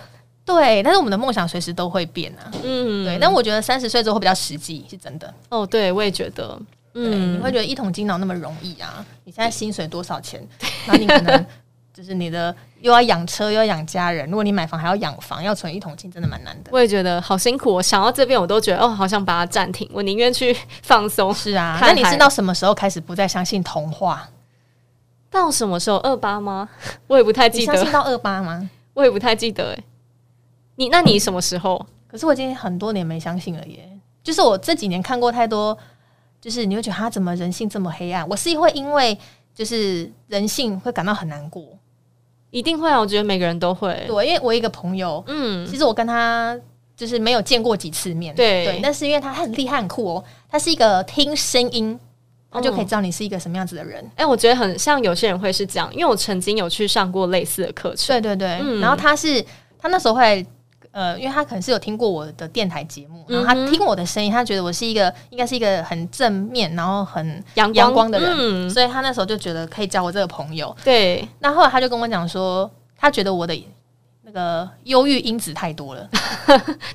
Speaker 2: 对，但是我们的梦想随时都会变啊。
Speaker 1: [laughs] 嗯，
Speaker 2: 对，但我觉得三十岁之后会比较实际，是真的。
Speaker 1: 哦，对，我也觉得，
Speaker 2: 对，你
Speaker 1: 嗯，
Speaker 2: 会觉得一桶金哪有那么容易啊？你现在薪水多少钱？然后你可能就是你的又要养车又要养家人，如果你买房还要养房，要存一桶金真的蛮难的。
Speaker 1: 我也觉得好辛苦、哦。想到这边，我都觉得哦，好想把它暂停，我宁愿去放松。
Speaker 2: 是啊，
Speaker 1: 看
Speaker 2: 那你
Speaker 1: 海
Speaker 2: 是到什么时候开始不再相信童话？
Speaker 1: 到什么时候？二八吗？ [laughs] 我也不太
Speaker 2: 你
Speaker 1: 记
Speaker 2: 相信
Speaker 1: 得，
Speaker 2: 到二八吗？
Speaker 1: 我也不太记得。哎，你那你什么时候？
Speaker 2: 可是我已经很多年没相信了耶。就是我这几年看过太多，就是你会觉得他怎么人性这么黑暗？我是会因为就是人性会感到很难过。
Speaker 1: 一定会啊！我觉得每个人都会。
Speaker 2: 对，因为我有一个朋友，
Speaker 1: 嗯，
Speaker 2: 其实我跟他就是没有见过几次面，
Speaker 1: 对
Speaker 2: 但是因为他很厉害很酷哦，他是一个听声音，他就可以
Speaker 1: 嗯
Speaker 2: 知道你是一个什么样子的人。
Speaker 1: 哎、我觉得很像有些人会是这样，因为我曾经有去上过类似的课程。
Speaker 2: 对对对，
Speaker 1: 嗯
Speaker 2: 然后他是他那时候会。呃，因为他可能是有听过我的电台节目，然后他
Speaker 1: 嗯哼
Speaker 2: 听我的声音，他觉得我是一个应该是一个很正面，然后很
Speaker 1: 阳
Speaker 2: 阳光的人
Speaker 1: 嗯，
Speaker 2: 所以他那时候就觉得可以交我这个朋友。
Speaker 1: 对，
Speaker 2: 那后来他就跟我讲说，他觉得我的那个忧郁因子太
Speaker 1: [laughs]
Speaker 2: 多了。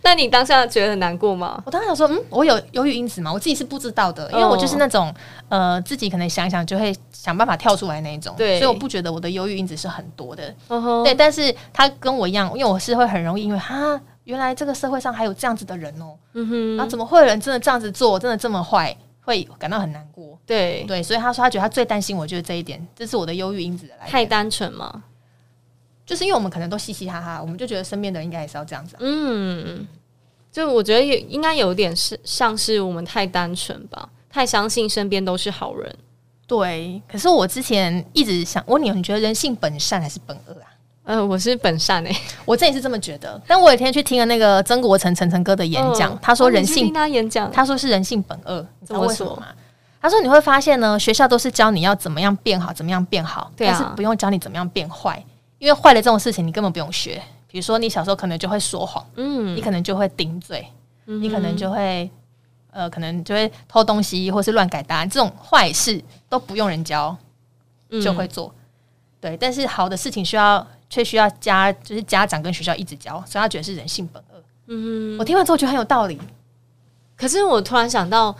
Speaker 1: 那你当下觉得很难过吗？
Speaker 2: 我当时想说，嗯，我有忧郁因子吗？我自己是不知道的，
Speaker 1: 哦
Speaker 2: 因为我就是那种呃，自己可能想一想就会想办法跳出来那一种。
Speaker 1: 对
Speaker 2: 所以我不觉得我的忧郁因子是很多的。
Speaker 1: 嗯哼，
Speaker 2: 对，但是他跟我一样，因为我是会很容易因为啊，原来这个社会上还有这样子的人哦、
Speaker 1: 嗯
Speaker 2: 然
Speaker 1: 哼，
Speaker 2: 后怎么会有人真的这样子做，真的这么坏，会感到很难过。
Speaker 1: 对，
Speaker 2: 对，所以他说他觉得他最担心我就是这一点，这是我的忧郁因子的来源
Speaker 1: 太单纯嘛。
Speaker 2: 就是因为我们可能都嘻嘻哈哈，我们就觉得身边的人应该也是要这样子啊、
Speaker 1: 嗯，就我觉得也应该有点是像是我们太单纯吧，太相信身边都是好人。
Speaker 2: 对，可是我之前一直想问你，你觉得人性本善还是本恶啊？欸
Speaker 1: 嗯、呃，我是本善哎、
Speaker 2: 我自己是这么觉得。但我有一天去听了那个曾国成晨晨哥的演讲，
Speaker 1: 嗯
Speaker 2: 他说
Speaker 1: 哦你
Speaker 2: 人
Speaker 1: 去
Speaker 2: 性
Speaker 1: 听他演讲，
Speaker 2: 他说是人性本恶，你知
Speaker 1: 怎
Speaker 2: 道
Speaker 1: 么
Speaker 2: 为什么
Speaker 1: 说
Speaker 2: 吗？他说你会发现呢，学校都是教你要怎么样变好，怎么样变好，
Speaker 1: 对啊
Speaker 2: 但是不用教你怎么样变坏，因为坏的这种事情你根本不用学。比如说你小时候可能就会说谎，
Speaker 1: 嗯
Speaker 2: 你可能就会顶嘴，
Speaker 1: 嗯
Speaker 2: 你可能就会呃，可能就会偷东西或是乱改答案，这种坏事都不用人教
Speaker 1: 嗯
Speaker 2: 就会做。对，但是好的事情需要却需要家就是家长跟学校一直教，所以他觉得是人性本恶。
Speaker 1: 嗯
Speaker 2: 我听完之后觉得很有道理，
Speaker 1: 可是我突然想到，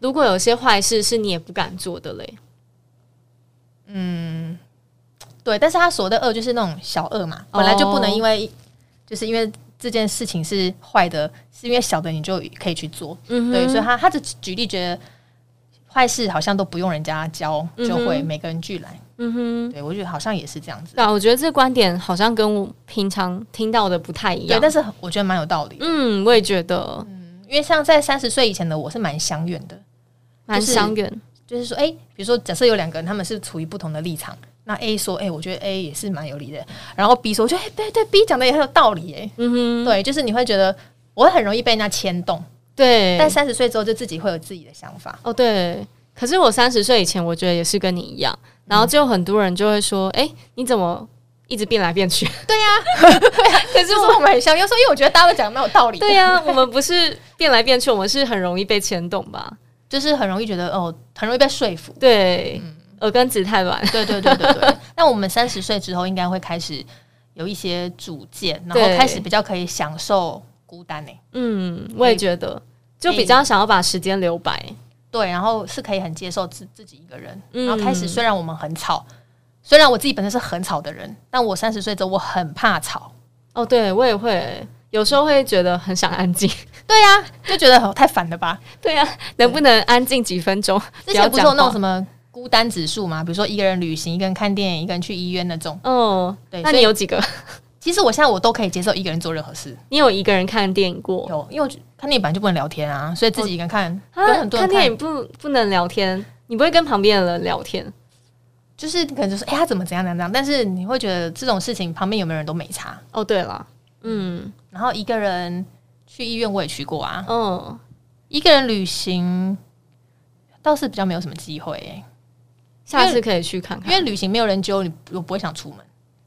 Speaker 1: 如果有些坏事是你也不敢做的嘞，
Speaker 2: 对，但是他所谓的恶就是那种小恶嘛，本来就不能
Speaker 1: 哦
Speaker 2: 因为、就是因为这件事情是坏的，是因为小的你就可以去做。
Speaker 1: 嗯
Speaker 2: 对，所以他他的举例觉得坏事好像都不用人家教，
Speaker 1: 嗯哼
Speaker 2: 就会每个人俱来。
Speaker 1: 嗯哼，
Speaker 2: 对我觉得好像也是这样子。
Speaker 1: 对啊，我觉得这观点好像跟我平常听到的不太一
Speaker 2: 对
Speaker 1: 样，，
Speaker 2: 但是我觉得蛮有道理的，
Speaker 1: 嗯，我也觉得
Speaker 2: 因为像在三十岁以前的我是蛮相远的，
Speaker 1: 蛮
Speaker 2: 就是
Speaker 1: 相远，
Speaker 2: 就是说，哎、比如说假设有两个人，他们是处于不同的立场，那 A 说，哎、我觉得 A 也是蛮有理的，然后 B 说，我觉得哎、对对，B 讲的也很有道理、哎、
Speaker 1: 嗯哼，
Speaker 2: 对，就是你会觉得我会很容易被人家牵动，
Speaker 1: 对，
Speaker 2: 但三十岁之后就自己会有自己的想法。
Speaker 1: 哦，对。可是我三十岁以前，我觉得也是跟你一样，然后就很多人就会说：“哎、你怎么一直变来变去？”对呀、可是
Speaker 2: 就是
Speaker 1: 我，
Speaker 2: 我们很像，有时候因为我觉得大家都讲的蛮有道 [laughs] 理的，
Speaker 1: 对呀、 [laughs] 我们不是变来变去，我们是很容易被牵动吧？
Speaker 2: 就是很容易觉得哦，很容易被说服。
Speaker 1: 对，耳根子太软，
Speaker 2: 对对对对对。那我们三十岁之后，应该会开始有一些主见，然后
Speaker 1: 对
Speaker 2: 开始比较可以享受孤单呢、欸
Speaker 1: 嗯，我也觉得，就比较想要把时间留白。
Speaker 2: 对，然后是可以很接受自自己一个人，
Speaker 1: 嗯
Speaker 2: 然后开始虽然我们很吵，虽然我自己本身是很吵的人，但我三十岁之后我很怕吵。
Speaker 1: 哦，对我也会，有时候会觉得很想安静。 [laughs]
Speaker 2: 对呀、啊就觉得很太烦了吧？
Speaker 1: 对呀、能不能安静几分钟？
Speaker 2: 之前不是
Speaker 1: 要
Speaker 2: 有
Speaker 1: 讲
Speaker 2: 那种
Speaker 1: 话
Speaker 2: 什么孤单指数嘛？比如说一个人旅行，一个人看电影，一个人去医院那种。
Speaker 1: 哦，
Speaker 2: 对
Speaker 1: 那
Speaker 2: 所
Speaker 1: 你
Speaker 2: 以
Speaker 1: 有几个？ [laughs]
Speaker 2: 其实我现在我都可以接受一个人做任何事，
Speaker 1: 你有一个人看电影过？
Speaker 2: 有，因为我觉得看电影本来就不能聊天啊，所以自己一个人看，
Speaker 1: 啊
Speaker 2: 跟很多
Speaker 1: 看
Speaker 2: 人
Speaker 1: 电影不不能聊天，你不会跟旁边的人聊天。
Speaker 2: 就是可能就说哎、他怎么怎样怎样怎样，但是你会觉得这种事情旁边有没有人都没差。
Speaker 1: 哦，对了，嗯
Speaker 2: 然后一个人去医院我也去过啊，
Speaker 1: 哦，
Speaker 2: 一个人旅行倒是比较没有什么机会、欸，
Speaker 1: 下次可以去看
Speaker 2: 因
Speaker 1: 看。
Speaker 2: 为旅行没有人揪你，我不会想出门。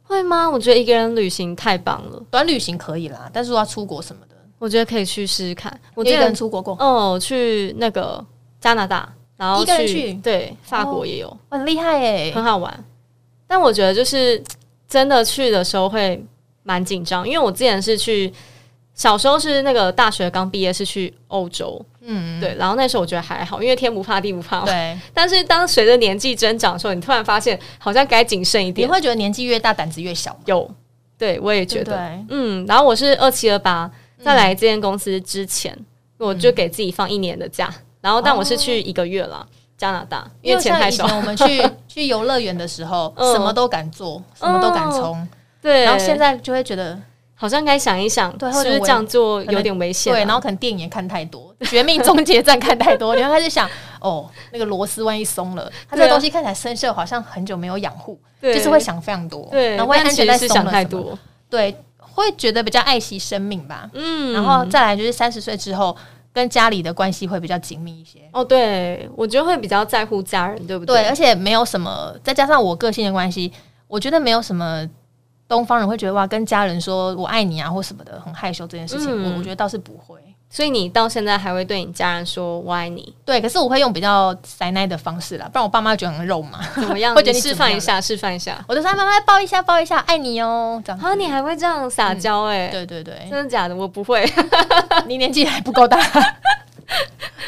Speaker 1: 会吗？我觉得一个人旅行太棒了，
Speaker 2: 短旅行可以啦，但是说要出国什么的，
Speaker 1: 我觉得可以去试试看。我
Speaker 2: 你
Speaker 1: 之
Speaker 2: 有一个人
Speaker 1: 前
Speaker 2: 出国过，
Speaker 1: 哦去那个加拿大，然后
Speaker 2: 一个人去哦
Speaker 1: 对法国也有、
Speaker 2: 很厉害哎、
Speaker 1: 很好玩，但我觉得就是真的去的时候会蛮紧张，因为我之前是去。小时候是那个大学刚毕业是去欧洲，
Speaker 2: 嗯，
Speaker 1: 对，然后那时候我觉得还好，因为天不怕地不怕嘛，
Speaker 2: 对，
Speaker 1: 但是当随着年纪增长的时候，你突然发现好像该谨慎一
Speaker 2: 你
Speaker 1: 点。
Speaker 2: 会觉得年纪越大胆子越小，
Speaker 1: 有，对我也
Speaker 2: 对
Speaker 1: 觉
Speaker 2: 不
Speaker 1: 得，
Speaker 2: 对？嗯
Speaker 1: 嗯。然后我是二七二八，在来这间公司之前，我就给自己放一年的假，然后但我
Speaker 2: 哦
Speaker 1: 是去一个月啦，加拿大，因为钱
Speaker 2: 像
Speaker 1: 太
Speaker 2: 以
Speaker 1: 少
Speaker 2: 前。我们去
Speaker 1: [laughs]
Speaker 2: 去游乐园的时候，
Speaker 1: 嗯
Speaker 2: 什么都敢做，什么都敢冲，
Speaker 1: 对，
Speaker 2: 然后现在就会觉得
Speaker 1: 好像该想一想，
Speaker 2: 对
Speaker 1: 是不
Speaker 2: 会有
Speaker 1: 是
Speaker 2: 点危
Speaker 1: 这样做
Speaker 2: 可能
Speaker 1: 有点危险、啊？
Speaker 2: 对，然后可能电影也看太多， [laughs] 《绝命终结站》看太多， [laughs] 你会开始想，哦，那个螺丝万一松了，它这
Speaker 1: 对啊
Speaker 2: 个东西看起来生锈，好像很久没有养护，
Speaker 1: 对
Speaker 2: 就是会想非常多，
Speaker 1: 对，
Speaker 2: 然后万一
Speaker 1: 但
Speaker 2: 安全
Speaker 1: 其
Speaker 2: 带
Speaker 1: 实是
Speaker 2: 松
Speaker 1: 想
Speaker 2: 了
Speaker 1: 太
Speaker 2: 什么的，
Speaker 1: 多，
Speaker 2: 对，会觉得比较爱惜生命吧。
Speaker 1: 嗯。
Speaker 2: 然后再来就是三十岁之后，跟家里的关系会比较紧密一些。
Speaker 1: 哦，对，我觉得会比较在乎家人，对不
Speaker 2: 对，而且没有什么，再加上我个性的关系，我觉得没有什么东方人会觉得哇，跟家人说我爱你啊或什么的，很害羞这件事情，
Speaker 1: 嗯
Speaker 2: 我我觉得倒是不会。
Speaker 1: 所以你到现在还会对你家人说“我爱
Speaker 2: [laughs]
Speaker 1: 你
Speaker 2: 对，可是我会用比较塞奶的方式啦，不然我爸妈觉得很肉麻。”， [laughs]
Speaker 1: 怎么样？
Speaker 2: 或者你
Speaker 1: 示
Speaker 2: 怎么
Speaker 1: 范
Speaker 2: 样
Speaker 1: 一下，示范一下。
Speaker 2: 我就说妈妈抱一下，抱一下，爱你哦，这样子。
Speaker 1: 啊，你还会这样撒娇哎、
Speaker 2: 嗯对对对，
Speaker 1: [laughs] 真的假的？我不会。
Speaker 2: 你年纪还不够大， [laughs]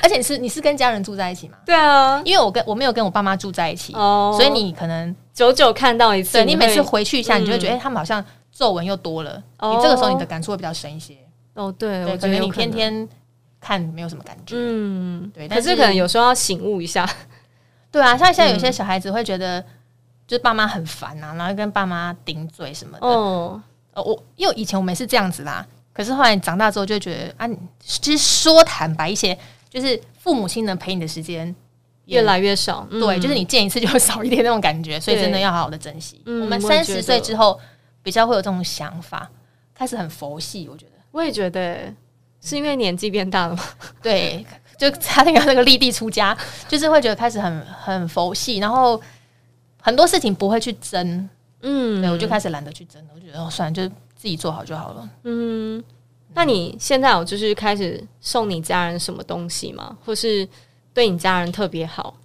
Speaker 2: 而且你是你是跟家人住在一起吗？
Speaker 1: 对
Speaker 2: [laughs]
Speaker 1: 啊，
Speaker 2: 因为我跟我没有跟我爸妈住在一起，
Speaker 1: 哦
Speaker 2: 所以你可能
Speaker 1: 久久看到一次，
Speaker 2: 对你每次回去一下，
Speaker 1: 嗯
Speaker 2: 你就会觉得哎、诶他们好像皱纹又多了。
Speaker 1: 哦
Speaker 2: 你这个时候你的感触会比较深一些，
Speaker 1: 哦，对，我觉
Speaker 2: 对，可
Speaker 1: 得
Speaker 2: 能
Speaker 1: 有
Speaker 2: 你天
Speaker 1: 能
Speaker 2: 天看没有什么感觉。
Speaker 1: 嗯，
Speaker 2: 对但
Speaker 1: 可
Speaker 2: 是
Speaker 1: 是可能有时候要醒悟一下。
Speaker 2: [laughs] 对啊，像现在有些小孩子会觉得，就是爸妈很烦啊，然后跟爸妈顶嘴什么的。
Speaker 1: 哦，
Speaker 2: 呃，我因为以前我们是这样子啦，可是后来长大之后就觉得啊，你其实说坦白一些，就是父母亲能陪你的时间也
Speaker 1: 越来越少。嗯
Speaker 2: [laughs] 对，就是你见一次就少一点那种感觉，所以
Speaker 1: 对
Speaker 2: 真的要好好的珍惜。
Speaker 1: 嗯
Speaker 2: 我们
Speaker 1: 我也
Speaker 2: 三
Speaker 1: 觉
Speaker 2: 十
Speaker 1: 得
Speaker 2: 岁之后。比较会有这种想法，开始很佛系，我觉得。
Speaker 1: 我也觉得是因为年纪变大了吗？ [laughs]
Speaker 2: 对，就他那个那个立地出家，就是会觉得开始很很佛系，然后很多事情不会去争，
Speaker 1: 嗯
Speaker 2: 对我就开始懒得去争了，我觉得哦，算了，就自己做好就好了。
Speaker 1: 嗯，那你现在有就是开始送你家人什么东西吗？或是对你家人特别好？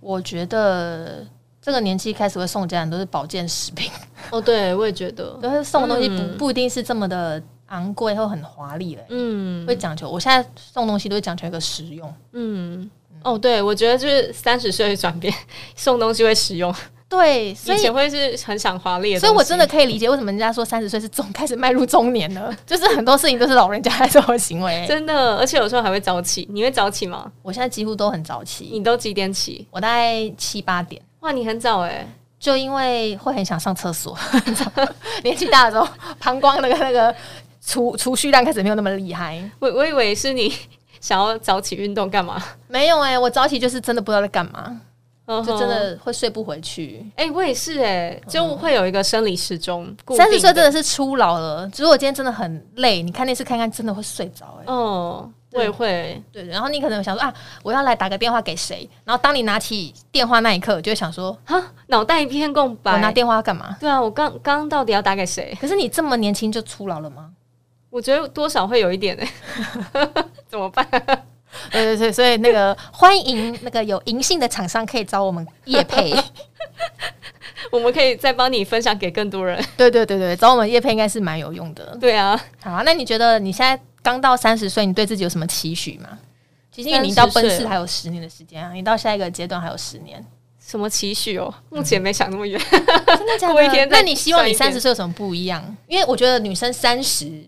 Speaker 2: 我觉得这个年纪开始会送家人都是保健食品， [laughs]
Speaker 1: 哦，对，我也觉得，
Speaker 2: 都是送的东西不、
Speaker 1: 嗯
Speaker 2: 不一定是这么的昂贵或很华丽的，
Speaker 1: 嗯
Speaker 2: 会讲求。我现在送东西都会讲求一个实用，
Speaker 1: 嗯，哦，对，我觉得就是三十岁的转变，送东西会实用，
Speaker 2: 对，所
Speaker 1: 以
Speaker 2: 以
Speaker 1: 前会是很想华丽的东西，
Speaker 2: 所以我真的可以理解为什么人家说三十岁是中 [laughs] 开始迈入中年了，就是很多事情都是老人家在做的行为。
Speaker 1: 真的，而且有时候还会早起，你会早起吗？
Speaker 2: [laughs] 我现在几乎都很早起，
Speaker 1: 你都几点起？
Speaker 2: 我大概七八点，
Speaker 1: 哇，你很早哎、
Speaker 2: 就因为会很想上厕 [laughs] 所，年纪大的时候，膀胱那个那个储储蓄量开始没有那么厉害。
Speaker 1: 我我以为是你想要早起运动干嘛？
Speaker 2: 没有哎、我早起就是真的不知道在干嘛，
Speaker 1: 就
Speaker 2: 就真的会睡不回去。
Speaker 1: 哎、嗯我也是哎、就会有一个生理时钟，固定
Speaker 2: 三十岁真
Speaker 1: 的，
Speaker 2: 的是初老了，如果今天真的很累，你看电视看看真的会睡着哎、
Speaker 1: 哦，我也会，
Speaker 2: 对，然后你可能想说啊，我要来打个电话给谁？然后当你拿起电话那一刻，就会想说，
Speaker 1: 哈，脑袋一片空
Speaker 2: 我拿
Speaker 1: 白。
Speaker 2: 电话要干嘛？
Speaker 1: 对啊，我刚刚刚到底要打给谁？
Speaker 2: 可是你这么年轻就初老了吗？
Speaker 1: 我觉得多少会有一点哎、怎么办？
Speaker 2: [laughs]
Speaker 1: [laughs]
Speaker 2: 对对对，所以那个欢迎那个有银杏的厂商可以找我们叶配。
Speaker 1: 我们可以再帮你分享给更多
Speaker 2: [laughs]
Speaker 1: 人。
Speaker 2: [laughs] 对对对对，找我们叶配应该是蛮有用的。
Speaker 1: 对啊，
Speaker 2: 好啊，那你觉得你现在刚到三十岁，你对自己有什么期许吗？其实因为你
Speaker 1: 30
Speaker 2: 到奔四
Speaker 1: 岁
Speaker 2: 还有十年的时间啊，你到下一个阶段还有十年，
Speaker 1: 什么期许哦？目前没想那么远。
Speaker 2: 嗯真的假
Speaker 1: 过一天再
Speaker 2: [laughs] 那你希望你
Speaker 1: 算
Speaker 2: 三
Speaker 1: 一天
Speaker 2: 十岁有什么不一样？因为我觉得女生三十。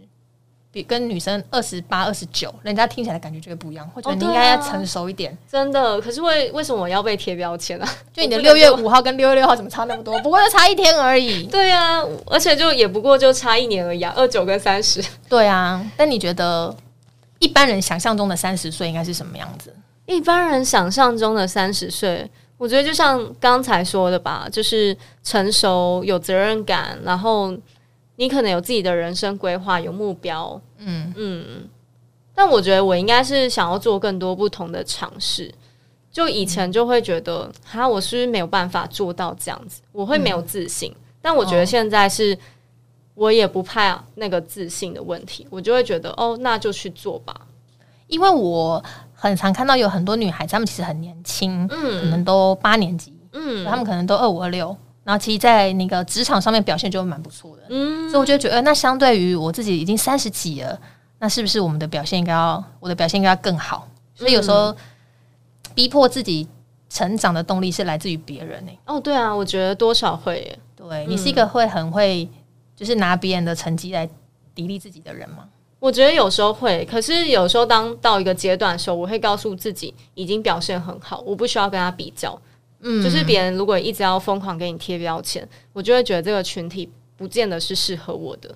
Speaker 2: 比跟女生二十八、二十九，人家听起来感觉就会不一样，会觉得
Speaker 1: 哦
Speaker 2: 你
Speaker 1: 对
Speaker 2: 应该要
Speaker 1: 啊
Speaker 2: 成熟一 [laughs] 点。
Speaker 1: 真的，可是为为什么我要被贴标签啊？ [laughs]
Speaker 2: 就你的
Speaker 1: 我不
Speaker 2: 六
Speaker 1: 能
Speaker 2: 月
Speaker 1: 够
Speaker 2: 五号跟六月六号怎么差那么多？不过就差一天而已。
Speaker 1: 对啊，而且就也不过就差一年而已啊，二九跟三十。
Speaker 2: 对啊，但你觉得一般人想象中的三十岁应该是什么样子？
Speaker 1: 一般人想象中的三十岁，我觉得就像刚才说的吧，就是成熟、有责任感，然后你可能有自己的人生规划、有目标，
Speaker 2: 嗯，
Speaker 1: 嗯。但我觉得我应该是想要做更多不同的尝试。就以前就会觉得，哈，我是不是没有办法做到这样子，我会没有自信。但我觉得现在是，我也不怕那个自信的问题，我就会觉得，哦，那就去做吧。
Speaker 2: 因为我很常看到有很多女孩子，她们其实很年轻，可能都八年级，
Speaker 1: 嗯
Speaker 2: 她们可能都二五二六，然后其实，在那个职场上面表现就蛮不错的。
Speaker 1: 嗯
Speaker 2: 所以我就觉得，呃那相对于我自己已经三十几了，那是不是我们的表现应该要，我的表现应该要更好？所以有时
Speaker 1: 嗯
Speaker 2: 候逼迫自己成长的动力是来自于别人、欸
Speaker 1: 哦，对啊，我觉得多少会耶，
Speaker 2: 对你是
Speaker 1: 嗯
Speaker 2: 一个会很会，就是拿别人的成绩来砥砺自己的人吗？
Speaker 1: 我觉得有时候会，可是有时候当到一个阶段的时候，我会告诉自己已经表现很好，我不需要跟他比较。
Speaker 2: 嗯
Speaker 1: 就是别人如果一直要疯狂给你贴标签，我就会觉得这个群体不见得是适合我的。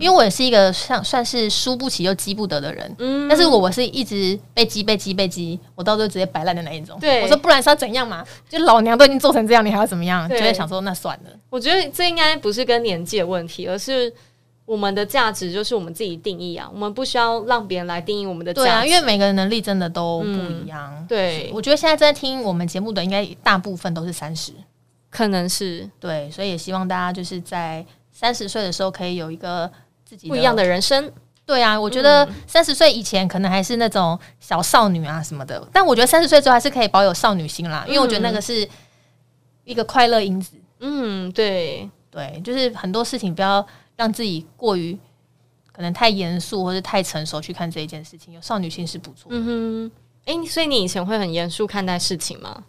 Speaker 2: 因为我也是一个像算是输不起又激不得的人，
Speaker 1: 嗯
Speaker 2: 但是我我是一直被激被激被激，我到最后直接摆烂的那一种。
Speaker 1: 对
Speaker 2: 我说不然是要怎样嘛？就老娘都已经做成这样，你还要怎么样？就
Speaker 1: 对
Speaker 2: 会想说那算了。
Speaker 1: 我觉得这应该不是跟年纪的问题，而是我们的价值就是我们自己定义啊，我们不需要让别人来定义我们的价值。
Speaker 2: 对啊，因为每个人能力真的都不一样。
Speaker 1: 对，
Speaker 2: 嗯我觉得现在在听我们节目的，应该大部分都是三十，
Speaker 1: 可能是
Speaker 2: 对，所以也希望大家就是在三十岁的时候可以有一个自己
Speaker 1: 不一样的人生。
Speaker 2: 对
Speaker 1: 嗯
Speaker 2: 啊，我觉得三十岁以前可能还是那种小少女啊什么的，但我觉得三十岁之后还是可以保有少女心啦，因为我觉得那个是一个快乐因子。
Speaker 1: 嗯，对，
Speaker 2: 对，就是很多事情不要让自己过于可能太严肃或是太成熟去看这一件事情，有少女心是不错。
Speaker 1: 嗯哼。哎、所以你以前会很严肃看待事情吗？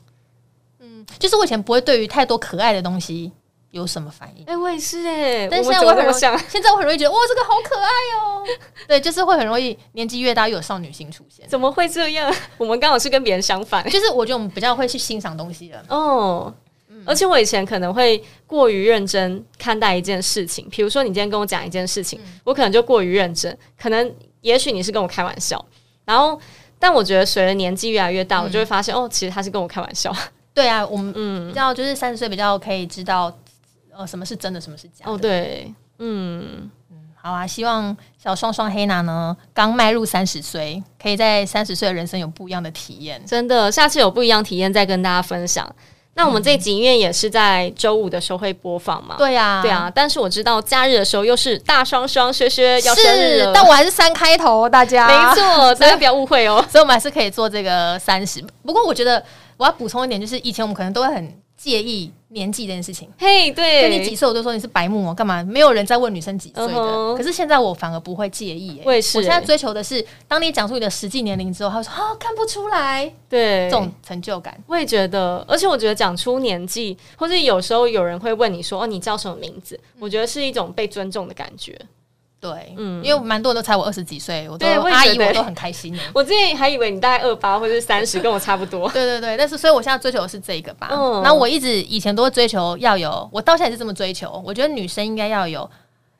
Speaker 1: 嗯
Speaker 2: 就是我以前不会对于太多可爱的东西有什么反应。
Speaker 1: 哎、我也是哎、
Speaker 2: 但
Speaker 1: 我们
Speaker 2: 现
Speaker 1: 怎
Speaker 2: 在我
Speaker 1: 么
Speaker 2: 很
Speaker 1: 那
Speaker 2: 容
Speaker 1: 么
Speaker 2: 易
Speaker 1: 像？，
Speaker 2: 现在我很容易觉得哇，这个好可爱哦。对，就是会很容易年纪越大越有少女心出现。
Speaker 1: 怎么会这样？ [laughs] 我们刚好是跟别人相反
Speaker 2: 就是我觉得我们比较会去欣赏东西了。
Speaker 1: 哦。而且我以前可能会过于认真看待一件事情，比如说你今天跟我讲一件事情，我可能就过于认真，可能也许你是跟我开玩笑，然后但我觉得随着年纪越来越大，我就会发现哦，其实他是跟我开玩笑。
Speaker 2: 对啊，我们
Speaker 1: 嗯
Speaker 2: 比较就是三十岁比较可以知道，呃什么是真的，什么是假的。
Speaker 1: 哦，对，嗯，
Speaker 2: 好啊，希望小双双黑娜呢，刚迈入三十岁，可以在三十岁的人生有不一样的体验。
Speaker 1: 真的，下次有不一样体验再跟大家分享。那我们这一集因为也是在周五的时候会播放嘛，
Speaker 2: 对啊，
Speaker 1: 对啊，，但是我知道假日的时候又是大双双薛薛要生日
Speaker 2: 是
Speaker 1: 了，，
Speaker 2: 但我还是三开头，大家
Speaker 1: 没错，大家不要误会哦。
Speaker 2: 所以我们还是可以做这个三十。不过我觉得我要补充一点，就是以前我们可能都会很介意年纪这件事情。
Speaker 1: 嘿、
Speaker 2: 就
Speaker 1: 对，
Speaker 2: 你几岁，我就说你是白目哦，干嘛？没有人在问女生几岁的。
Speaker 1: 嗯哼
Speaker 2: 可是现在我反而不会介意、欸，
Speaker 1: 我也是
Speaker 2: 我现在追求的是，当你讲出你的实际年龄之后，他会说哦，看不出来，
Speaker 1: 对
Speaker 2: 这种成就感。
Speaker 1: 我也觉得，而且我觉得讲出年纪，或是有时候有人会问你说：“哦，你叫什么名字？”我觉得是一种被尊重的感觉。
Speaker 2: 对，
Speaker 1: 嗯
Speaker 2: 因为蛮多人都猜我二十几岁，我都
Speaker 1: 对我也
Speaker 2: 阿
Speaker 1: 觉
Speaker 2: 姨
Speaker 1: 得
Speaker 2: 我都很开心、欸。
Speaker 1: 我之前还以为你大概二八或者三十，跟我差不多。
Speaker 2: 对对对，但是所以我现在追求的是这个吧。
Speaker 1: 嗯
Speaker 2: 然后我一直以前都会追求要有，我到现在也是这么追求。我觉得女生应该要有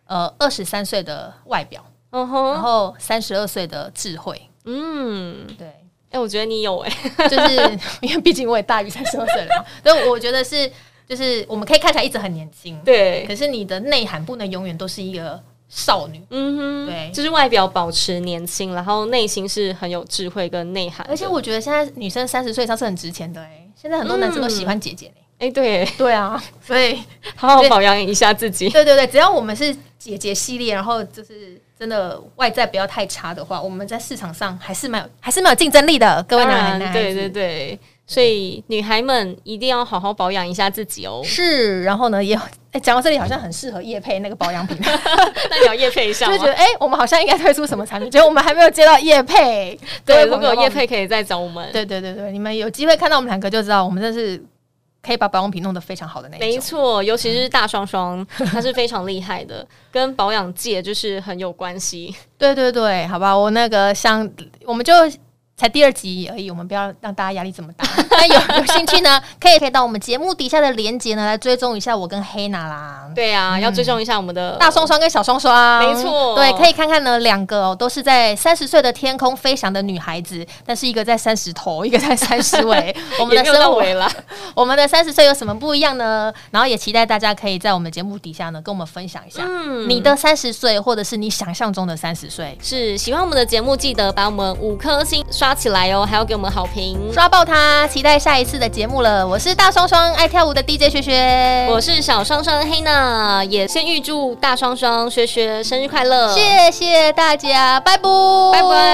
Speaker 2: 呃二十三岁的外表，
Speaker 1: [laughs] 嗯
Speaker 2: 然
Speaker 1: 哼，
Speaker 2: 后三十二岁的智慧。
Speaker 1: 嗯，
Speaker 2: 对，
Speaker 1: 哎、我觉得你有哎、
Speaker 2: 就是因为毕竟我也大于三十二岁了嘛，所以我觉得是就是我们可以看起来一直很年轻，，
Speaker 1: 对，
Speaker 2: 可是你的内涵不能永远都是一个少女，
Speaker 1: 嗯哼，
Speaker 2: 对
Speaker 1: 就是外表保持年轻，然后内心是很有智慧跟内涵的。
Speaker 2: 而且我觉得现在女生三十岁以上是很值钱的哎、现在很多男生都喜欢姐姐、欸
Speaker 1: 哎、对，
Speaker 2: 对啊， [laughs] 所以
Speaker 1: 好好保养一下自己。
Speaker 2: 对对对，只要我们是姐姐系列，然后就是真的外在不要太差的话，我们在市场上还是蛮有还是蛮有竞争力的，各位
Speaker 1: 当
Speaker 2: 男孩
Speaker 1: 然
Speaker 2: 男孩子。
Speaker 1: 对对对，所以女孩们一定要好好保养一下自己哦
Speaker 2: 是，然后呢，也有哎，讲、到这里好像很适合叶配那个保
Speaker 1: [laughs]
Speaker 2: 养品，就
Speaker 1: 那你要叶配一下
Speaker 2: 会
Speaker 1: 吗
Speaker 2: 觉？得哎、我们好像应该推出什么产品，结果我们还没有接到叶配。
Speaker 1: 对，
Speaker 2: 各位
Speaker 1: 如
Speaker 2: 朋友
Speaker 1: 果有叶，配可以再找我们。
Speaker 2: 对对对对，你们有机会看到我们两个就知道，我们真的是可以把保养品弄得非常好的那一
Speaker 1: 没
Speaker 2: 种。
Speaker 1: 错，嗯尤其是大双双，她是非常厉害的，跟保养界就是很有关系。
Speaker 2: 对对对，好吧，我那个像我们就。才第二集而已，我们不要让大家压力这么大。 [laughs] 那有有兴趣呢，可以可以到我们节目底下的连接呢，来追踪一下我跟黑娜啦。
Speaker 1: 对啊，要追踪一下我们的
Speaker 2: 大双双跟小双双，
Speaker 1: 没错
Speaker 2: 对，可以看看呢，两个哦，都是在三十岁的天空飞翔的女孩子，但是一个在三十头，一个在三
Speaker 1: [laughs]
Speaker 2: 十尾，我们
Speaker 1: 也
Speaker 2: 的
Speaker 1: 没有到
Speaker 2: 生活，
Speaker 1: 尾了。
Speaker 2: 我们的三十岁有什么不一样呢？然后也期待大家可以在我们节目底下呢，跟我们分享一下、
Speaker 1: 嗯，
Speaker 2: 你的三十岁，或者是你想象中的三十岁，
Speaker 1: [laughs] 是喜欢我们的节目，记得把我们五颗星刷起来哦，还要给我们好评。
Speaker 2: 刷爆它！期待下一次的节目了。我是大双双，爱跳舞的 DJ 学学，
Speaker 1: 我是小双双黑娜，也先预祝大双双学学生日快乐，
Speaker 2: 谢谢大家，拜拜，
Speaker 1: 拜拜。